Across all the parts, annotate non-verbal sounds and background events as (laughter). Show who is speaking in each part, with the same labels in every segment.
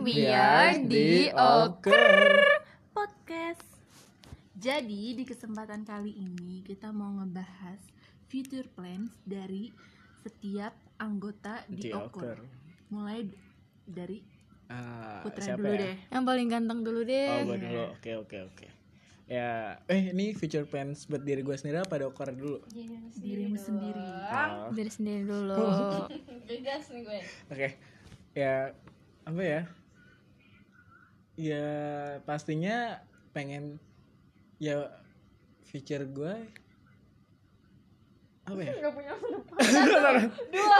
Speaker 1: biar dioker podcast. Jadi di kesempatan kali ini kita mau ngebahas future plans dari setiap anggota di
Speaker 2: Dioker.
Speaker 1: Okur. Mulai d- dari
Speaker 2: Ah,
Speaker 1: Putra
Speaker 2: siapa
Speaker 1: dulu
Speaker 2: ya?
Speaker 1: deh.
Speaker 3: Yang paling ganteng dulu
Speaker 2: Oh,
Speaker 3: deh.
Speaker 2: gue dulu. Oke, oke, oke. Ya, eh ini future plans buat diri gue sendiri apa dokter dulu?
Speaker 1: Dirimu sendiri.
Speaker 2: Oh, Oke.
Speaker 3: Biar sendiri
Speaker 2: Oh.
Speaker 4: (laughs)
Speaker 3: dulu.
Speaker 4: Gegas nih gue.
Speaker 2: Ya, apa ya? Ya pastinya pengen ya future gue apa
Speaker 4: (laughs)
Speaker 2: ya?
Speaker 4: Gak punya
Speaker 2: (laughs)
Speaker 4: Satu, dua,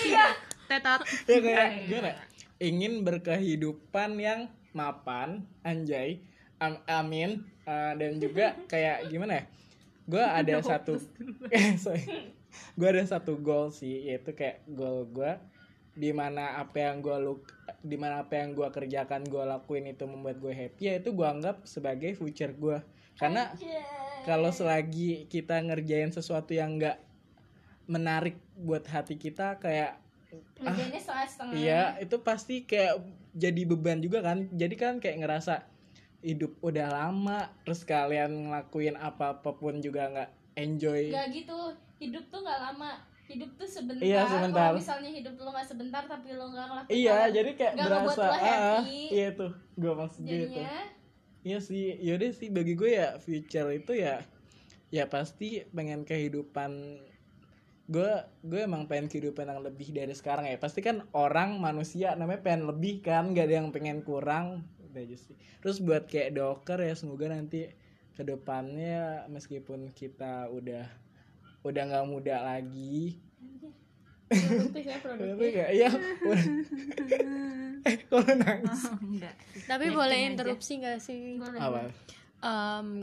Speaker 4: tiga. Eh.
Speaker 3: Tetot.
Speaker 2: ya kayak gimana? ingin berkehidupan yang mapan anjay am- amin eh, dan juga
Speaker 4: (laughs)
Speaker 2: kayak gimana ya gue ada satu (laughs) gue ada satu goal sih yaitu kayak goal gue dimana apa yang gue luk dimana apa yang gue kerjakan gue lakuin itu membuat gue happy ya itu gue anggap sebagai future gue karena kalau selagi kita ngerjain sesuatu yang nggak menarik buat hati kita kayak
Speaker 4: Kerjainnya setengah-setengah.
Speaker 2: Iya, itu pasti kayak jadi beban juga kan. Jadi kan kayak ngerasa hidup udah lama, terus kalian ngelakuin apa apapun juga nggak enjoy.
Speaker 4: Gak gitu. Hidup tuh gak lama. Hidup tuh sebentar.
Speaker 2: Iya, sebentar.
Speaker 4: Kalau misalnya hidup lo gak sebentar tapi lo gak ngelakuin
Speaker 2: Iya,
Speaker 4: hal-
Speaker 2: jadi kayak
Speaker 4: nggak ngebuat
Speaker 2: berasa
Speaker 4: lo
Speaker 2: ah, ah,
Speaker 4: happy.
Speaker 2: iya tuh, gua maksud gitu.
Speaker 4: Jadinya
Speaker 2: Iya sih, yaudah sih bagi gue ya future itu ya ya pasti pengen kehidupan gue gue emang pengen kehidupan yang lebih dari sekarang ya pasti kan orang manusia namanya pengen lebih kan gak ada yang pengen kurang udah aja sih terus buat kayak doker ya semoga nanti kedepannya meskipun kita udah udah nggak muda lagi
Speaker 4: produktif
Speaker 2: (laughs)
Speaker 4: ya
Speaker 2: tapi
Speaker 4: produktif.
Speaker 2: kayak ya eh kalau nangis
Speaker 1: (laughs) Enggak.
Speaker 3: Tapi
Speaker 1: Yakin
Speaker 3: boleh
Speaker 1: aja.
Speaker 3: interupsi gak sih?
Speaker 4: Gitu, ya. Boleh.
Speaker 2: apa
Speaker 3: Em,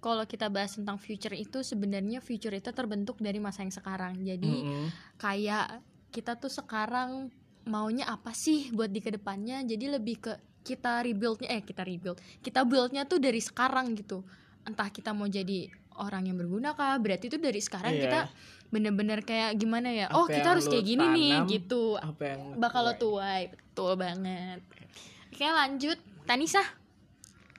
Speaker 3: kalau kita bahas tentang future itu sebenarnya future itu terbentuk dari masa yang sekarang. Jadi
Speaker 2: Mm-mm.
Speaker 3: kayak kita tuh sekarang maunya apa sih buat di kedepannya? Jadi lebih ke kita rebuildnya eh kita rebuild kita buildnya tuh dari sekarang gitu entah kita mau jadi orang yang berguna kah berarti itu dari sekarang
Speaker 2: Iya.
Speaker 3: kita bener-bener kayak gimana ya oh
Speaker 2: Apa
Speaker 3: kita
Speaker 2: yang
Speaker 3: harus
Speaker 2: lu
Speaker 3: kayak gini nih
Speaker 2: tanam,
Speaker 3: gitu
Speaker 2: apa yang
Speaker 3: bakal lo
Speaker 2: tuai?
Speaker 3: tuai betul banget oke lanjut Tanisa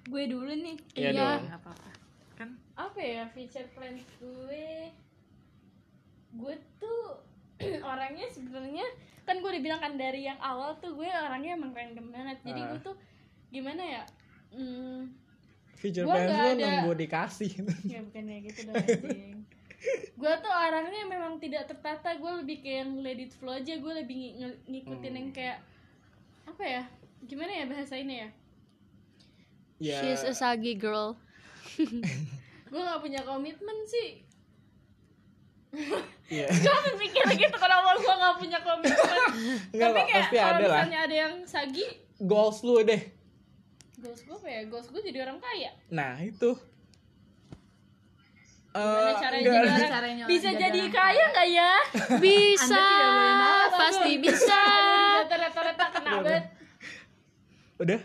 Speaker 4: Gue dulu nih.
Speaker 2: Iya
Speaker 3: Iya.
Speaker 2: dong.
Speaker 1: Enggak apa-apa. Kan
Speaker 4: apa ya feature plans gue gue tuh (clears throat) orangnya sebenarnya kan gue udah bilang kan dari yang awal tuh gue orangnya emang random banget jadi
Speaker 2: Ah.
Speaker 4: gue tuh gimana ya hmm,
Speaker 2: Future
Speaker 4: Gua
Speaker 2: plans
Speaker 4: nggak
Speaker 2: lo
Speaker 4: ada.
Speaker 2: nunggu
Speaker 4: (laughs)
Speaker 2: dikasih.
Speaker 4: ya bukan ya gitu dong anjing (laughs) gue tuh orangnya memang tidak tertata gue lebih kayak yang let it flow aja gue lebih ngi- nge- ngikutin yang kayak apa ya gimana ya bahasa ini ya
Speaker 2: ya,
Speaker 3: she's a sagi girl
Speaker 4: gue gak punya komitmen sih (laughs)
Speaker 2: ya.
Speaker 4: gue mikir gitu kenapa gue gak punya komitmen (laughs)
Speaker 2: Nggak
Speaker 4: (laughs) tapi
Speaker 2: kok,
Speaker 4: kayak
Speaker 2: pasti
Speaker 4: kalau
Speaker 2: ada lah.
Speaker 4: misalnya ada yang sagi
Speaker 2: Goals lu deh.
Speaker 4: goals gue apa ya goals gue jadi orang kaya
Speaker 2: Nah, itu.
Speaker 4: gimana
Speaker 2: Eh,
Speaker 4: caranya
Speaker 2: nggak
Speaker 4: jadi
Speaker 2: ada.
Speaker 4: orang
Speaker 1: caranya
Speaker 4: bisa
Speaker 1: orang
Speaker 4: jadi
Speaker 1: jadi
Speaker 4: kaya nggak ya
Speaker 3: (laughs) bisa
Speaker 1: Iya. tidak boleh
Speaker 4: nolak,
Speaker 3: pasti
Speaker 4: Bang.
Speaker 3: bisa
Speaker 4: rata-rata kena banget
Speaker 2: (laughs) Udah.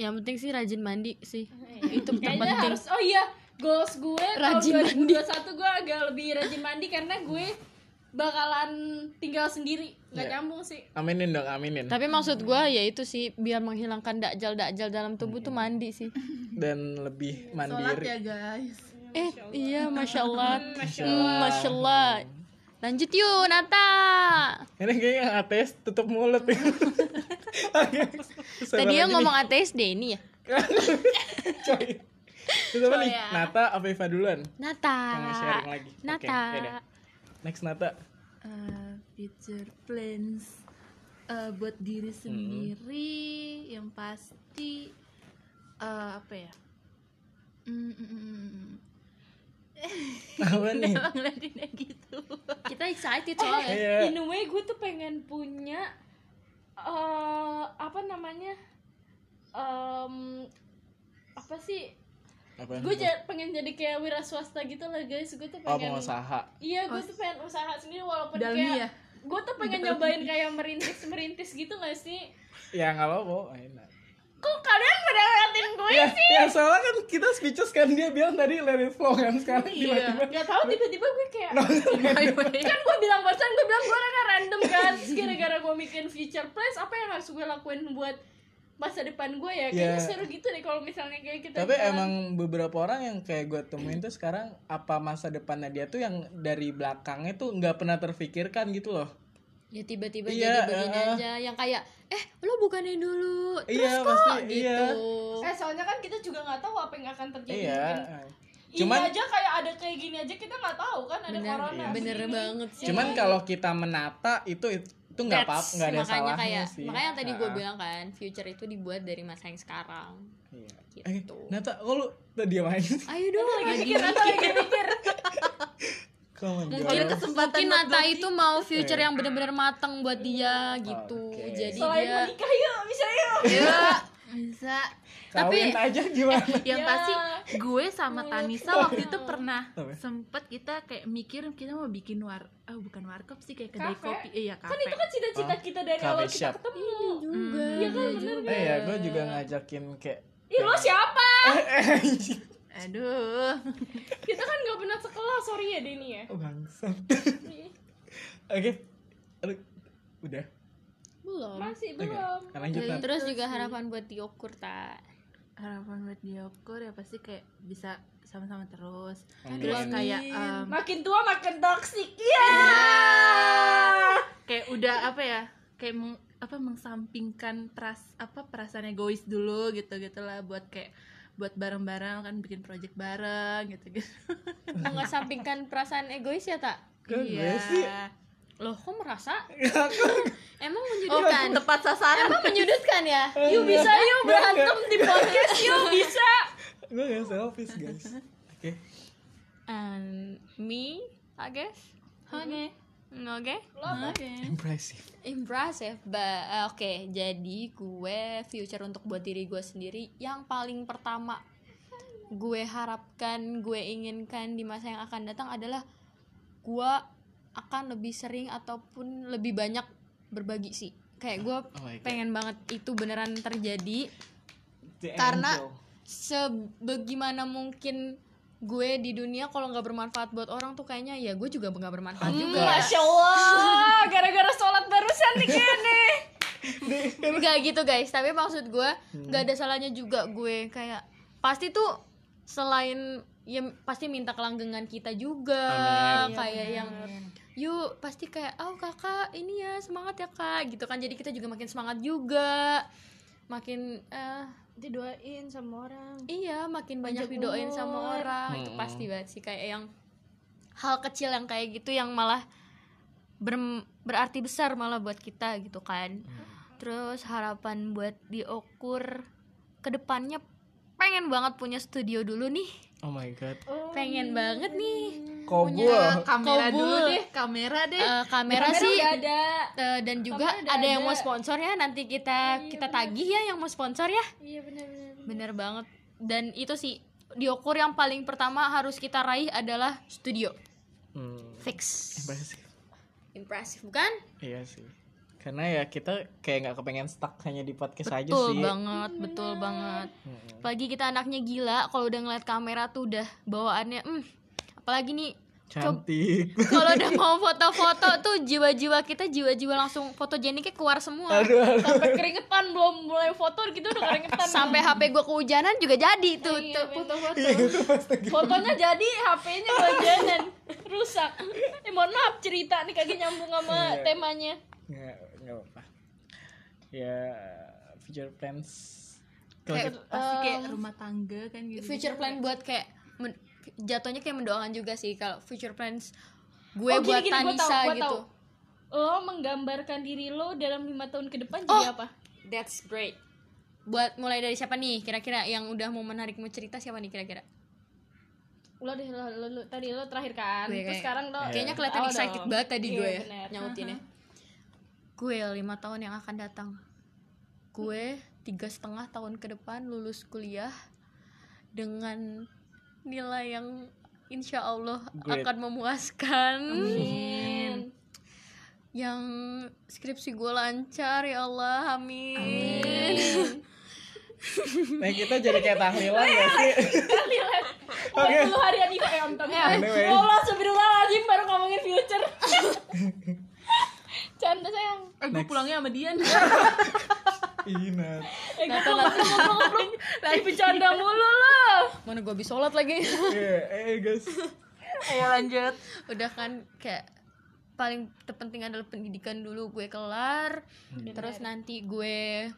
Speaker 3: yang penting sih rajin mandi sih
Speaker 4: Eh, itu kayaknya
Speaker 3: penting.
Speaker 4: harus oh iya goals gue
Speaker 3: Rajin
Speaker 4: tahun
Speaker 3: mandi.
Speaker 4: 2021 gue agak lebih rajin mandi karena gue bakalan tinggal sendiri nggak
Speaker 2: Iya.
Speaker 4: nyambung sih
Speaker 2: Aminin dong, aminin.
Speaker 3: tapi maksud gua ya itu sih biar menghilangkan dakjal dakjal dalam tubuh tuh mandi
Speaker 2: (laughs)
Speaker 3: sih
Speaker 2: Dan
Speaker 1: sholat
Speaker 2: lebih
Speaker 1: ya
Speaker 2: mandiri.
Speaker 1: guys.
Speaker 3: eh iya masya allah
Speaker 4: Hmm,
Speaker 2: (laughs) Masya
Speaker 3: Hmm, masya allah lanjut yuk Nata
Speaker 2: Ini kayaknya yang ateis tutup mulut. (laughs)
Speaker 3: tadi yang
Speaker 2: yang
Speaker 3: ngomong ateis deh ini ya
Speaker 2: Coy. Terus apa
Speaker 4: ya.
Speaker 2: nih? Nata apa Eva duluan?
Speaker 3: Nata
Speaker 2: Yang mau sharing lagi. Oke, ya
Speaker 3: Nata
Speaker 2: yaudah. Next Nata. (laughs)
Speaker 1: Eh, future plans Eh, buat diri sendiri yang pasti eh, apa ya Mm, mm, mm, mm, mm.
Speaker 2: Apa nih?
Speaker 1: Emang ngeliatinnya gitu
Speaker 3: kita excited soalnya
Speaker 2: Iya.
Speaker 4: in a way gue tuh pengen punya eh apa namanya Em, apa sih
Speaker 2: Apa?
Speaker 4: gue ja- pengen jadi kayak wira swasta gitu lah guys gue tuh
Speaker 2: Oh,
Speaker 4: pengen
Speaker 2: pengusaha.
Speaker 4: iya gue tuh pengen usaha sendiri walaupun
Speaker 1: Dalmi
Speaker 4: kayak
Speaker 1: ya?
Speaker 4: gue tuh pengen nyobain kayak merintis merintis gitu gak sih
Speaker 2: Ya nggak apa-apa, enak.
Speaker 4: kok kalian pada ngeliatin gue
Speaker 2: ya, ya soalnya kan kita speeches kan dia bilang tadi let it flow kan
Speaker 3: Iya.
Speaker 2: sekarang tiba-tiba
Speaker 4: Gak tau tiba-tiba gue kayak
Speaker 1: By the way.
Speaker 4: kan gue bilang barusan gue bilang gue orangnya random kan Terus gara-gara gue mikirin future plans apa yang harus gue lakuin buat masa depan gue ya
Speaker 2: Ya.
Speaker 4: kayaknya seru gitu deh kalau misalnya kayak kita
Speaker 2: Tapi
Speaker 4: jalan.
Speaker 2: emang beberapa orang yang kayak gue temuin tuh sekarang apa masa depannya dia tuh yang dari belakangnya tuh nggak pernah terfikirkan gitu loh.
Speaker 3: ya tiba-tiba
Speaker 2: Iya,
Speaker 3: jadi
Speaker 2: eh,
Speaker 3: begini
Speaker 2: eh.
Speaker 3: aja yang kayak eh lo bukanin dulu terus
Speaker 2: Iya,
Speaker 3: kok
Speaker 2: pasti,
Speaker 3: gitu
Speaker 2: iya.
Speaker 4: eh soalnya kan kita juga nggak tahu apa yang akan terjadi
Speaker 2: Iya.
Speaker 4: mungkin
Speaker 2: Cuman-
Speaker 4: ini
Speaker 3: Iya,
Speaker 4: aja kayak ada kayak gini aja kita nggak tahu kan ada
Speaker 3: bener
Speaker 4: corona
Speaker 3: bener
Speaker 4: begini.
Speaker 3: banget sih
Speaker 2: Cuman kalau kita menata itu itu nggak apa
Speaker 3: That's-
Speaker 2: nggak ada
Speaker 3: makanya
Speaker 2: salahnya
Speaker 3: kayak
Speaker 2: sih.
Speaker 3: makanya yang tadi gue
Speaker 2: Ah,
Speaker 3: bilang kan future itu dibuat dari masa yang sekarang
Speaker 2: Iya.
Speaker 3: gitu
Speaker 2: Eh, Nata, kok lu tadi main? (laughs)
Speaker 3: ayo dong
Speaker 4: lagi
Speaker 3: lagi
Speaker 4: mikir atau lagi mikir
Speaker 2: Come on, girl.
Speaker 3: mungkin
Speaker 1: kesempatan
Speaker 3: mungkin
Speaker 1: buat
Speaker 3: Nata
Speaker 1: bagi.
Speaker 3: itu mau future yang benar-benar matang buat dia gitu
Speaker 2: Oke.
Speaker 3: jadi
Speaker 4: selain
Speaker 3: dia
Speaker 4: menikah yuk bisa yuk
Speaker 1: Iya,
Speaker 3: ya
Speaker 1: bisa
Speaker 2: Kawin aja gimana?
Speaker 1: yang
Speaker 4: Ya. Iya.
Speaker 1: pasti gue sama Tanisa waktu itu pernah
Speaker 2: Apa?
Speaker 1: sempet kita kayak mikir kita mau bikin war oh, bukan warkop sih kayak kedai
Speaker 4: Kafe.
Speaker 1: kopi iya
Speaker 4: kan itu kan
Speaker 1: kafe
Speaker 4: cita-cita
Speaker 2: Ah,
Speaker 4: kita dari
Speaker 2: coffee
Speaker 4: awal kita
Speaker 2: shop.
Speaker 4: ketemu
Speaker 3: juga
Speaker 4: Iya kan,
Speaker 3: dia
Speaker 4: bener
Speaker 3: juga.
Speaker 2: Eh ya, gue juga ngajakin kayak
Speaker 4: Ih lo siapa?
Speaker 1: aduh
Speaker 4: Kita kan gak pernah sekelas, sorry ya Denny ya
Speaker 2: Oh, bangsat. (laughs) Oke. Aduh, Udah.
Speaker 3: belum
Speaker 4: Masih
Speaker 2: Oke.
Speaker 4: belum
Speaker 2: Lanjut Nat.
Speaker 3: terus juga harapan buat Tiokur tak
Speaker 1: harapan buat Diokur ya pasti kayak bisa sama-sama terus
Speaker 2: Amin.
Speaker 1: terus
Speaker 3: iya.
Speaker 1: kayak em,
Speaker 4: Makin tua makin toksik Iya
Speaker 1: kayak udah apa ya kayak meng- apa mengsampingkan peras apa perasaan egois dulu gitu gitulah buat kayak buat bareng-bareng kan bikin project bareng gitu (laughs) gitu
Speaker 3: mau nggak sampingkan perasaan egois ya tak
Speaker 2: Kan gue sih. (laughs)
Speaker 3: loh kok merasa emang
Speaker 1: bukan Oh, kan?
Speaker 3: menyudutkan
Speaker 4: Iya,
Speaker 1: tepat sasaran
Speaker 3: emang menyudutkan ya
Speaker 4: Yuk bisa yuk berantem di podcast yuk (laughs) bisa
Speaker 2: Gue gak selfish, guys. Oke.
Speaker 3: and me I guess oke
Speaker 4: Mm-hmm.
Speaker 3: oke
Speaker 4: Lo apa?
Speaker 2: Impressive.
Speaker 3: impressive but uh, oke jadi gue future untuk buat diri gue sendiri yang paling pertama gue harapkan gue inginkan di masa yang akan datang adalah gue akan lebih sering ataupun lebih banyak berbagi sih kayak gue
Speaker 2: Oh my God.
Speaker 3: pengen banget itu beneran terjadi Karena- sebagaimana mungkin gue di dunia kalau nggak bermanfaat buat orang tuh kayaknya ya gue juga nggak bermanfaat
Speaker 2: Hmm.
Speaker 3: juga
Speaker 4: Masya Allah Gara-gara sholat barusan nih gini
Speaker 3: nggak gitu guys tapi maksud gue nggak ada salahnya juga gue kayak pasti tuh selain ya pasti minta kelanggengan kita juga
Speaker 2: Amin.
Speaker 3: kayak yang yuk pasti kayak oh kakak ini ya semangat ya kak gitu kan jadi kita juga makin semangat juga makin eh
Speaker 4: (laughs) Didoain sama orang
Speaker 3: Iya, makin banyak
Speaker 4: Panjang
Speaker 3: didoain sama
Speaker 4: umur.
Speaker 3: orang itu
Speaker 2: Mm-mm.
Speaker 3: pasti banget sih kayak yang hal kecil yang kayak gitu yang malah ber- berarti besar malah buat kita gitu kan. Terus harapan buat diukur kedepannya pengen banget punya studio dulu nih,
Speaker 2: Oh my god.
Speaker 3: pengen banget nih.
Speaker 2: Kobul.
Speaker 1: Eh, kamera dulu
Speaker 3: Kobul.
Speaker 1: deh kamera deh
Speaker 3: Eh, kamera,
Speaker 4: Kamera
Speaker 3: sih
Speaker 4: udah ada
Speaker 3: eh, dan juga
Speaker 4: Kamera udah
Speaker 3: ada yang
Speaker 4: ada.
Speaker 3: mau sponsor ya nanti kita kita tagih ya yang mau sponsor ya.
Speaker 4: Iya bener-bener
Speaker 3: Bener banget. Dan itu sih diukur yang paling pertama harus kita raih adalah studio.
Speaker 2: Hmm.
Speaker 3: Fix.
Speaker 2: Impressive.
Speaker 3: Impressive bukan?
Speaker 2: Iya sih. Karena ya kita kayak nggak kepengen stuck hanya di podcast aja
Speaker 3: Betul
Speaker 2: sih.
Speaker 3: banget, betul banget. Apalagi kita anaknya gila kalau udah ngeliat kamera tuh udah bawaannya hmm. Apalagi nih
Speaker 2: Cantik.
Speaker 3: kalau udah mau foto-foto tuh jiwa-jiwa kita jiwa-jiwa langsung fotogeniknya keluar semua.
Speaker 2: Aduh, aduh.
Speaker 4: Sampai keringetan belum mulai foto gitu udah keringetan
Speaker 3: Sampai HP gua keujanan juga jadi tuh.
Speaker 4: Iya,
Speaker 3: tuh.
Speaker 4: foto-foto fotonya jadi HP-nya bajanan rusak eh mohon maaf cerita nih kagak nyambung sama
Speaker 2: Iya.
Speaker 4: temanya
Speaker 2: (laughs) Nggak, nggak apa-apa. Ya, future plans. Kalau
Speaker 3: Kayak,
Speaker 2: kita-
Speaker 1: pasti
Speaker 3: eh,
Speaker 1: kayak rumah tangga kan gitu
Speaker 3: future plan buat kayak men- jatuhnya kayak mendoakan juga sih kalau future plans gue
Speaker 4: Oh, gini,
Speaker 3: buat
Speaker 4: gini, gua
Speaker 3: Tanisa
Speaker 4: tahu, gua
Speaker 3: gitu.
Speaker 4: tahu. lo menggambarkan diri lo dalam lima tahun ke depan jadi
Speaker 3: Oh.
Speaker 4: apa
Speaker 3: That's great. Buat mulai dari siapa nih? Kira-kira yang udah mau menarik mau cerita siapa nih kira-kira?
Speaker 4: lo deh lo, lo- lo- tadi lo terakhir kan
Speaker 3: Gue kayak-
Speaker 4: terus sekarang lo
Speaker 3: Kayaknya kelihatan
Speaker 4: awal
Speaker 3: excited
Speaker 4: dong.
Speaker 3: banget tadi
Speaker 4: Iya,
Speaker 3: gue ya
Speaker 4: bener.
Speaker 3: nyautinnya. Gue lima tahun yang akan datang. Gue tiga setengah tahun ke depan lulus kuliah dengan nilai yang insya Allah
Speaker 2: Great.
Speaker 3: akan memuaskan.
Speaker 2: (laughs)
Speaker 4: (laughs) Amin.
Speaker 3: Yang skripsi gue lancar ya Allah, amin.
Speaker 2: Nah, kita jadi kayak tahlilan gak sih?
Speaker 4: Iya.
Speaker 2: Oke.
Speaker 4: Oke. Lu harian IPA ya, Om Tom.
Speaker 2: Anyway.
Speaker 4: Ya Allah, astagfirullahaladzim, baru ngomongin future. (laughs) Canda sayang.
Speaker 1: eh gue
Speaker 2: Next.
Speaker 1: pulangnya sama Dian
Speaker 2: Inat.
Speaker 4: Eh
Speaker 3: Nah,
Speaker 4: gue kok masih
Speaker 3: (laughs)
Speaker 4: ngobrol-ngobrol Lagi bercanda mulu lo
Speaker 3: Mana gue habis sholat lagi
Speaker 2: Eh, eh guys.
Speaker 1: (laughs) Ayo lanjut.
Speaker 3: Udah kan kayak paling terpenting adalah pendidikan dulu gue kelar terus nanti gue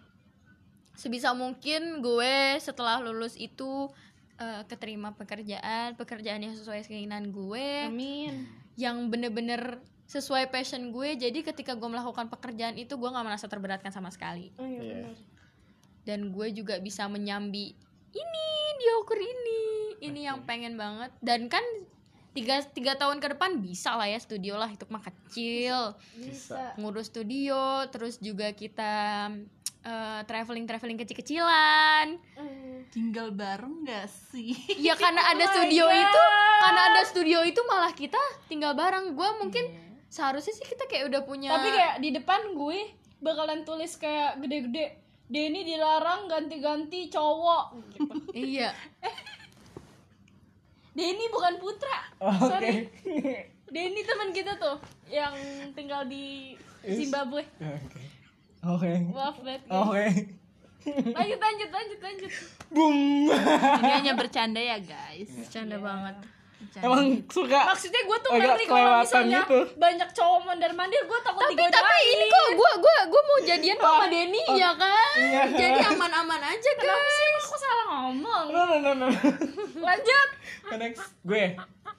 Speaker 3: sebisa mungkin gue setelah lulus itu eh, keterima pekerjaan pekerjaan yang sesuai keinginan gue
Speaker 4: Hmm. Amin
Speaker 3: yang bener-bener sesuai passion gue jadi ketika gue melakukan pekerjaan itu gue nggak merasa terberatkan sama sekali
Speaker 4: Oh iya
Speaker 2: Iya.
Speaker 4: benar
Speaker 3: dan gue juga bisa menyambi ini diukur ini ini yang pengen banget dan kan tiga tiga tahun ke depan bisa lah ya studio lah itu mah kecil
Speaker 4: Bisa
Speaker 3: ngurus studio terus juga kita eh, traveling traveling kecil kecilan Mm.
Speaker 4: Eh,
Speaker 1: Tinggal bareng gak sih?
Speaker 4: (laughs)
Speaker 3: ya karena ada
Speaker 4: Oh
Speaker 3: studio itu karena ada studio itu malah kita tinggal bareng gue mungkin seharusnya sih kita kayak udah punya
Speaker 4: Iya. Tapi kayak di depan gue Bakalan tulis kayak gede-gede Denny dilarang ganti-ganti cowok
Speaker 3: (laughs)
Speaker 4: gitu.
Speaker 3: (laughs) iya
Speaker 4: Denny bukan putra
Speaker 2: Oh, Oke.
Speaker 4: Sorry Denny teman kita tuh Yang tinggal di Zimbabwe
Speaker 2: Oke. Oke.
Speaker 4: Maaf banget guys.
Speaker 2: Oke.
Speaker 4: Lanjut lanjut lanjut lanjut
Speaker 2: Boom.
Speaker 1: (laughs) Ini hanya bercanda ya guys.
Speaker 3: canda banget
Speaker 1: Bercanda.
Speaker 2: Emang suka.
Speaker 4: Maksudnya gue tuh
Speaker 2: Oh, Agak
Speaker 4: ngeri kalau
Speaker 2: kelewatan
Speaker 4: misalnya
Speaker 2: gitu.
Speaker 4: Banyak cowok mondar-mandir Gue takut
Speaker 3: tapi
Speaker 4: digodain
Speaker 3: tapi ini kok gue gue gue mau jadian kok
Speaker 4: Oh.
Speaker 3: sama Denny ya kan
Speaker 2: Iya.
Speaker 3: jadi aman-aman aja
Speaker 4: Kenapa
Speaker 3: guys
Speaker 4: sih aku salah ngomong?
Speaker 2: No no no no.
Speaker 4: Lanjut.
Speaker 2: Next gue.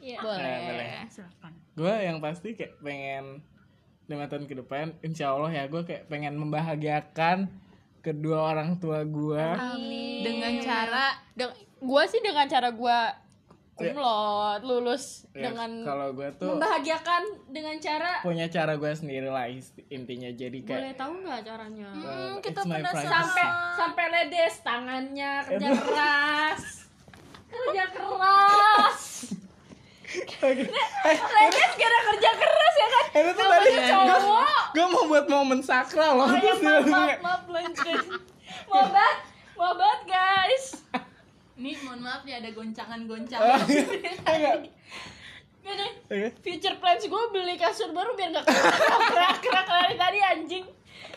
Speaker 4: Iya.
Speaker 2: Nah, boleh.
Speaker 1: Silakan.
Speaker 2: Gue yang pasti kayak pengen lima tahun ke depan, insya Allah ya gue kayak pengen membahagiakan kedua orang tua gue.
Speaker 3: Amin.
Speaker 1: Dengan
Speaker 4: Iya.
Speaker 1: cara
Speaker 4: gue sih dengan cara gue
Speaker 2: Iya.
Speaker 4: kumlot lulus
Speaker 2: Ya,
Speaker 4: dengan
Speaker 2: kalau gue tuh
Speaker 4: membahagiakan dengan cara
Speaker 2: punya cara gue sendiri lah ist- intinya jadi kayak
Speaker 4: boleh tahu nggak caranya?
Speaker 2: uh,
Speaker 1: kita
Speaker 2: it's my
Speaker 1: penasaran.
Speaker 2: privacy.
Speaker 4: Hmm, Sampai sampai ledes tangannya kerja keras.
Speaker 2: (laughs)
Speaker 4: kerja keras. ledes gara kerja keras ya kan?
Speaker 2: Eh, itu tuh tadi
Speaker 4: cowok. Oh, iya,
Speaker 2: gue mau buat momen sakral loh terus dia
Speaker 4: maaf,
Speaker 2: langsung
Speaker 4: maaf,
Speaker 2: kayak,
Speaker 4: maaf, lanjut. Maaf banget, maaf banget guys.
Speaker 1: Nih mohon maaf ya ada
Speaker 2: Eh.
Speaker 1: goncangan-goncangan.
Speaker 2: enggak
Speaker 4: Gini,
Speaker 2: Oke.
Speaker 4: future plans gue beli kasur baru biar gak kerak-kerak dari Iya, tadi anjing.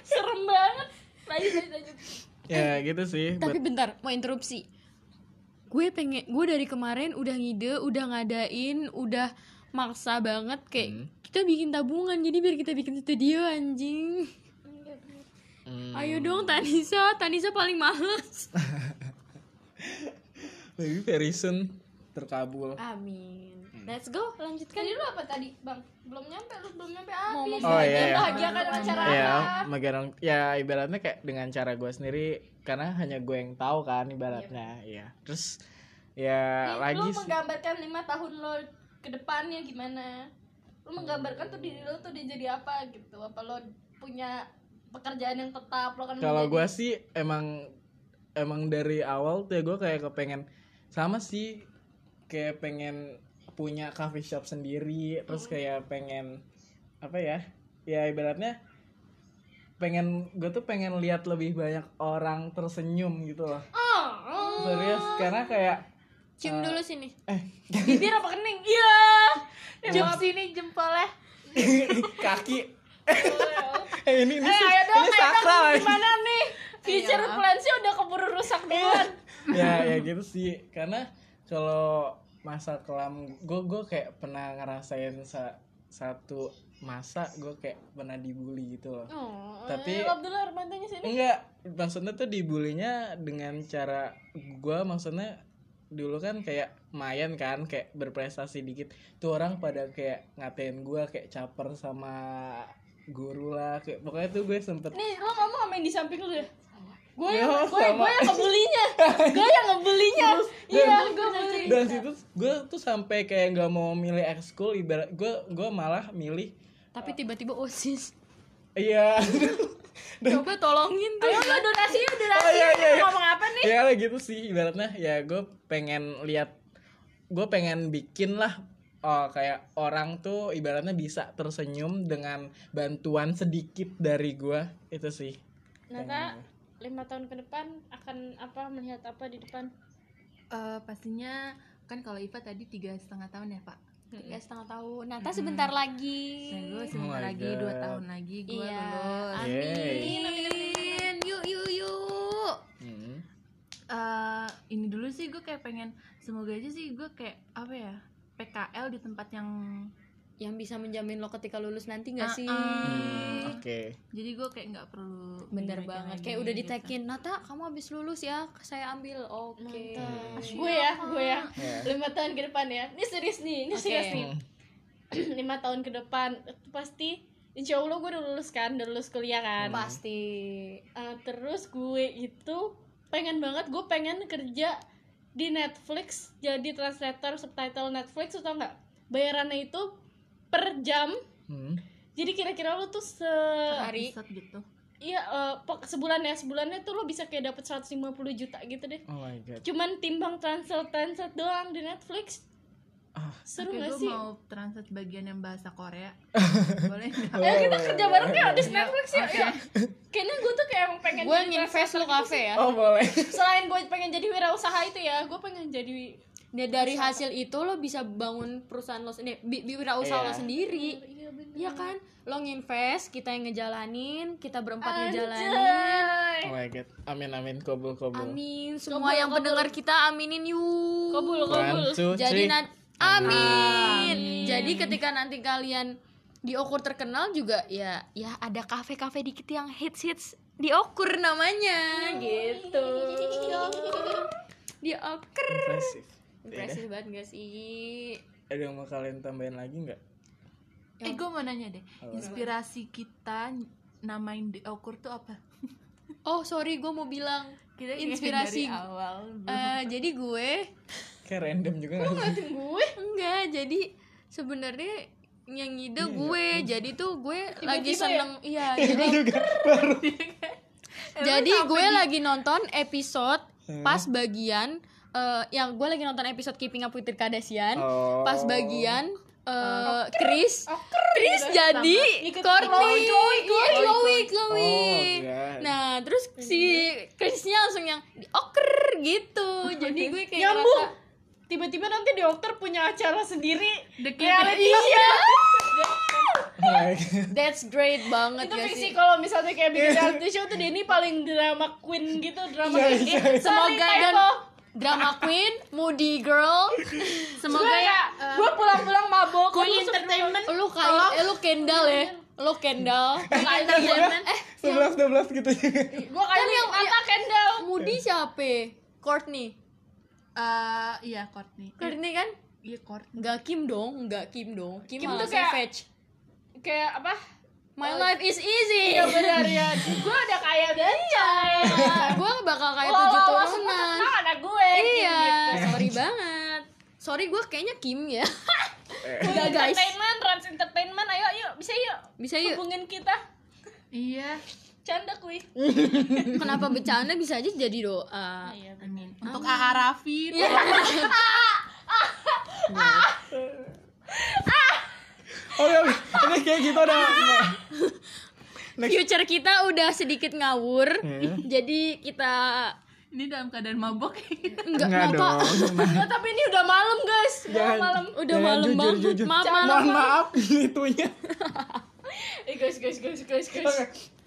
Speaker 4: Serem banget. Lanjut, lanjut, lanjut.
Speaker 2: ya gitu sih buat
Speaker 3: tapi bentar mau interupsi gue pengen gue dari kemarin udah ngide udah ngadain udah maksa banget kayak
Speaker 2: Hmm.
Speaker 3: kita bikin tabungan jadi biar kita bikin studio anjing
Speaker 2: Hmm.
Speaker 3: ayo dong Tanisa Tanisa paling males
Speaker 2: Maybe very soon terkabul
Speaker 3: amin let's go lanjutkan
Speaker 4: Tadi lu apa tadi, Bang? Belum nyampe, lu belum nyampe habis.
Speaker 2: Oh, iya, iya.
Speaker 4: Bahagiakan dengan cara
Speaker 2: ya
Speaker 4: apa?
Speaker 2: megarang ya ibaratnya kayak dengan cara gue sendiri karena hanya gue yang tahu kan ibaratnya ya terus ya
Speaker 4: Nih,
Speaker 2: lagi
Speaker 4: Iya. lu
Speaker 2: sih
Speaker 4: menggambarkan lima tahun lo ke depannya gimana? Lu menggambarkan tuh diri lo tuh dia jadi apa gitu? Apa lo punya pekerjaan yang tetap lo kan
Speaker 2: kalau gue sih emang emang dari awal tuh ya gue kayak kepengen sama sih kayak pengen punya coffee shop sendiri
Speaker 4: Hmm.
Speaker 2: terus kayak pengen apa ya ya ibaratnya pengen gue tuh pengen lihat lebih banyak orang tersenyum gitu loh
Speaker 4: Oh.
Speaker 2: serius karena kayak
Speaker 3: cium dulu sini
Speaker 2: eh
Speaker 4: bibir apa kening? Iya.
Speaker 1: Jam sini jempolnya.
Speaker 2: (laughs) kaki eh ini ini,
Speaker 4: Eh,
Speaker 2: sus-
Speaker 4: ayo dong,
Speaker 2: ini
Speaker 4: ayo
Speaker 2: sakral
Speaker 4: dong,
Speaker 2: eh.
Speaker 4: gimana nih? Future plans-nya udah keburu rusak (laughs) duluan.
Speaker 2: ya ya gitu sih karena kalau masa kelam gue gue kayak pernah ngerasain sa- satu masa gue kayak pernah dibully gitu loh Tapi-
Speaker 4: Eh, Abdullah Armandanya sini.
Speaker 2: enggak maksudnya tuh dibulinya dengan cara gue maksudnya dulu kan kayak mayan kan kayak berprestasi dikit tuh orang pada kayak ngatain gue kayak caper sama guru lah kayak pokoknya tuh gue sempet
Speaker 4: Nih, lo ngomong sama yang di samping lu ya? Gue
Speaker 2: Ya,
Speaker 4: yang, gue,
Speaker 2: sama.
Speaker 4: gue yang ngebulinya
Speaker 2: (laughs)
Speaker 4: Gue yang ngebulinya Iya, gue beli
Speaker 2: dan situ gue tuh sampai kayak nggak mau milih ekskul ibarat gue gue malah milih
Speaker 3: tapi tiba-tiba osis
Speaker 2: iya
Speaker 3: coba tolongin tuh
Speaker 4: Ayo lo donasi yuk, donasi
Speaker 2: Oh, (laughs) iya, iya, iya.
Speaker 4: Ngomong apa nih?
Speaker 2: ya gitu sih ibaratnya ya gue pengen lihat gue pengen bikin lah oh, kayak orang tuh ibaratnya bisa tersenyum dengan bantuan sedikit dari gue itu sih
Speaker 4: Nata, lima tahun ke depan akan apa melihat apa di depan?
Speaker 1: Eh, pastinya kan kalau IPA tadi tiga setengah tahun ya pak.
Speaker 3: tiga setengah tahun Nata sebentar lagi
Speaker 1: Nah, gue sebentar
Speaker 2: Oh my
Speaker 1: lagi
Speaker 2: God.
Speaker 1: Iya. dua tahun lagi gue
Speaker 3: iya
Speaker 1: lulus.
Speaker 2: Yeay.
Speaker 3: amin yuk yuk yuk
Speaker 2: Hmm.
Speaker 1: Eh, kayak pengen semoga aja sih gue kayak apa ya PKL di tempat yang
Speaker 3: yang bisa menjamin lo ketika lulus nanti nggak sih
Speaker 1: Ah-ah.
Speaker 2: Hmm, oke
Speaker 1: jadi gue kayak nggak perlu
Speaker 3: bener
Speaker 1: mikir
Speaker 3: banget
Speaker 1: lagi
Speaker 3: kayak udah
Speaker 1: gitu.
Speaker 3: ditekin Nata kamu habis lulus ya saya ambil oke
Speaker 2: Mantap.
Speaker 4: gue Iya. ya gue ya
Speaker 2: Ya.
Speaker 4: lima tahun ke depan ya ini serius nih ini
Speaker 3: Oke.
Speaker 4: serius nih
Speaker 2: Hmm,
Speaker 4: (clears throat) lima tahun ke depan itu pasti insya allah gue udah lulus kan udah lulus kuliah kan
Speaker 3: pasti
Speaker 4: Eh, terus gue itu pengen banget gue pengen kerja di Netflix jadi translator subtitle Netflix atau enggak bayarannya itu per jam
Speaker 2: hmm.
Speaker 4: jadi kira-kira lo tuh se
Speaker 3: hari
Speaker 1: Episode gitu
Speaker 4: iya eh, pok- sebulan ya sebulannya tuh lo bisa kayak dapet 150 juta gitu deh
Speaker 2: oh my god
Speaker 4: cuman timbang translate translate doang di Netflix
Speaker 2: Ah.
Speaker 4: seru
Speaker 1: Oke, gue
Speaker 4: gak sih
Speaker 1: mau translate bagian yang bahasa
Speaker 2: (laughs)
Speaker 1: Korea boleh nggak
Speaker 4: Eh, kita kerja bareng yuk di Netflix yuk,
Speaker 1: Oke.
Speaker 4: yuk. Kayaknya gue tuh kayak emang pengen
Speaker 3: gue
Speaker 4: jadi
Speaker 3: nginvest lo kafe ya
Speaker 2: oh boleh
Speaker 4: Eh. Selain gue pengen jadi wirausaha itu ya Gue pengen jadi
Speaker 3: Dan Nah, dari hasil itu lo bisa bangun perusahaan lo sendiri bi bi- wirausaha
Speaker 2: Iya.
Speaker 3: lo sendiri
Speaker 4: Iya bener
Speaker 3: Iya kan, lo nginvest, kita yang ngejalanin, kita berempat ngejalanin.
Speaker 2: oh
Speaker 4: Anjay
Speaker 2: my god amin amin kobul kobul
Speaker 3: Amin, semua yang pendengar kita aminin yuk.
Speaker 2: One,
Speaker 4: Kobul, kobul
Speaker 2: two,
Speaker 3: Jadi
Speaker 2: three.
Speaker 3: nanti amin. Jadi ketika nanti kalian di Okur terkenal juga ya ya ada kafe-kafe dikit yang hits-hits di Okur namanya gitu. Di Okur.
Speaker 2: impresif Iya.
Speaker 3: Impresif banget gak sih?
Speaker 2: ada yang mau kalian tambahin lagi nggak
Speaker 1: eh gue mau nanya deh inspirasi kita namain di okur tuh apa
Speaker 3: Oh sorry, gue mau bilang
Speaker 1: kita kayak
Speaker 3: inspirasi.
Speaker 1: dari awal
Speaker 3: Eh, jadi gue
Speaker 2: kayak random juga nggak sih?
Speaker 4: Ngeliatin gue
Speaker 3: Enggak, jadi sebenarnya yang ngide gue. Jadi tuh gue lagi
Speaker 4: ya?
Speaker 3: seneng iya. jadi jadi gue lagi nonton episode
Speaker 4: Hmm.
Speaker 3: pas bagian eh, yang gue lagi nonton episode Keeping Up with the Kardashian.
Speaker 2: Oh.
Speaker 3: Pas bagian
Speaker 4: Oh,
Speaker 3: eh, Chris Chris jadi
Speaker 4: Ikut
Speaker 3: Courtney
Speaker 4: Iya, Chloe, Chloe, iya.
Speaker 3: Iya, Chloe Chloe
Speaker 2: Oh, God.
Speaker 3: nah terus si Chrisnya langsung yang di oker gitu jadi gue kayak
Speaker 4: Nyambung
Speaker 3: ngerasa-
Speaker 4: Tiba-tiba nanti di dokter punya acara sendiri
Speaker 1: The
Speaker 4: Reality show
Speaker 2: Oh my God.
Speaker 3: that's great banget
Speaker 4: Itu
Speaker 3: gak
Speaker 4: fiksi
Speaker 3: sih
Speaker 4: kalau misalnya kayak bikin reality show tuh Denny paling drama queen gitu Drama
Speaker 2: Iya,
Speaker 4: queen
Speaker 2: iya.
Speaker 4: Eh, sorry,
Speaker 3: Semoga dan
Speaker 4: typo.
Speaker 3: drama queen, moody
Speaker 4: (laughs)
Speaker 3: girl,
Speaker 4: Gue
Speaker 1: semoga ya
Speaker 4: kayak Gue pulang-pulang mabok
Speaker 1: Queen
Speaker 4: terus-
Speaker 1: Entertainment
Speaker 3: lu kayak eh, lu Kendall ya, lu Kendall.
Speaker 4: (laughs)
Speaker 1: Entertainment
Speaker 2: sebelas sebelas gitu juga
Speaker 4: Gue Eh, kayak yang mata Kendall
Speaker 3: Moody siapa? ya? Courtney.
Speaker 2: Iya.
Speaker 1: Eh, iya Courtney Eh,
Speaker 3: Courtney kan?
Speaker 1: iya Courtney
Speaker 3: Enggak Kim dong, enggak Kim dong. Kim,
Speaker 4: Kim
Speaker 3: malah
Speaker 4: tuh kayak-
Speaker 3: savage.
Speaker 4: Kayak apa
Speaker 3: My
Speaker 2: Oh.
Speaker 3: life is easy.
Speaker 4: Iya
Speaker 3: (laughs)
Speaker 4: benar ya Gue udah kaya banyak
Speaker 3: gue bakal Iya. kayak
Speaker 4: Lo-
Speaker 3: tujuh
Speaker 4: lo- lo semua
Speaker 3: turunan.
Speaker 4: terkenal anak gue
Speaker 3: Iya,
Speaker 4: gitu.
Speaker 3: sorry banget. Sorry gue kayaknya Kim ya.
Speaker 2: Eh.
Speaker 3: Enggak guys.
Speaker 4: entertainment trans entertainment ayo yuk bisa yuk
Speaker 3: Bisa yuk.
Speaker 4: hubungin kita
Speaker 1: iya
Speaker 4: canda kui
Speaker 3: Kenapa bercanda bisa aja jadi doa.
Speaker 1: amin untuk AA Raffi
Speaker 2: oke oke ini kayak gitu kita udah
Speaker 3: Future kita udah sedikit ngawur.
Speaker 2: Hmm.
Speaker 3: Jadi kita
Speaker 1: ini dalam keadaan mabok
Speaker 3: enggak
Speaker 2: Nggak
Speaker 3: kenapa?
Speaker 2: dong Nah,
Speaker 4: Nggak, tapi ini udah malam guys udah
Speaker 2: Jangan.
Speaker 4: malam
Speaker 3: Udah
Speaker 2: Jangan,
Speaker 3: malam
Speaker 2: jujur,
Speaker 3: banget.
Speaker 2: jujur.
Speaker 3: Maaf, maaf,
Speaker 2: mohon
Speaker 3: maaf.
Speaker 2: maaf itunya
Speaker 4: eh guys guys guys guys guys
Speaker 2: Oke,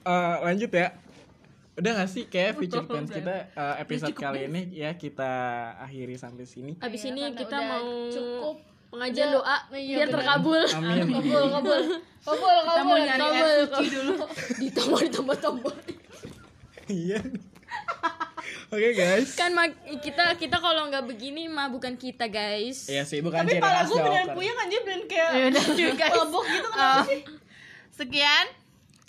Speaker 2: eh, lanjut ya udah gak sih kayak feature
Speaker 1: Udah,
Speaker 2: plans kita eh, episode kali ini ya kita akhiri sampai sini (laughs)
Speaker 3: Abis
Speaker 4: Iya,
Speaker 1: kan,
Speaker 3: ini
Speaker 4: karena
Speaker 3: kita
Speaker 4: udah
Speaker 3: mau
Speaker 4: cukup
Speaker 3: pengajian
Speaker 4: Udah.
Speaker 3: doa
Speaker 4: Iya,
Speaker 3: biar
Speaker 4: benar.
Speaker 3: terkabul.
Speaker 2: amin
Speaker 4: kabul kabul kabul
Speaker 1: kita mau
Speaker 4: kabul
Speaker 1: nyari
Speaker 4: kabul.
Speaker 1: air suci dulu
Speaker 3: (laughs) ditambah ditambah tambah.
Speaker 2: iya nih. oke guys
Speaker 3: Kan ma- kita kita kalau nggak begini mah bukan kita guys.
Speaker 2: Iya sih, bukan ciri
Speaker 4: tapi pala
Speaker 2: khas
Speaker 4: gue beneran
Speaker 2: Jawa.
Speaker 4: puyeng anjir beneran kayak
Speaker 3: Iya,
Speaker 1: Ya udah, guys.
Speaker 4: mabok gitu kenapa sih
Speaker 1: sekian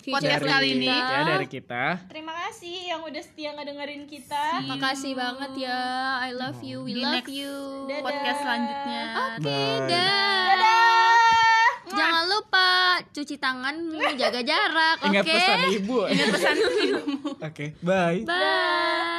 Speaker 3: Feature
Speaker 1: Podcast kali ini.
Speaker 2: ya dari kita
Speaker 4: terima kasih yang udah setia ngedengerin kita
Speaker 3: Makasih banget ya. I love you. We
Speaker 1: Di
Speaker 3: love
Speaker 1: next
Speaker 3: you.
Speaker 4: Dadah.
Speaker 1: podcast selanjutnya
Speaker 2: bye
Speaker 3: Dadah.
Speaker 4: dadah
Speaker 3: Jangan lupa cuci tangan, jaga jarak,
Speaker 2: (laughs)
Speaker 3: oke?
Speaker 2: ingat pesan ibu
Speaker 1: ingat pesan ibu
Speaker 2: oke bye
Speaker 3: Bye.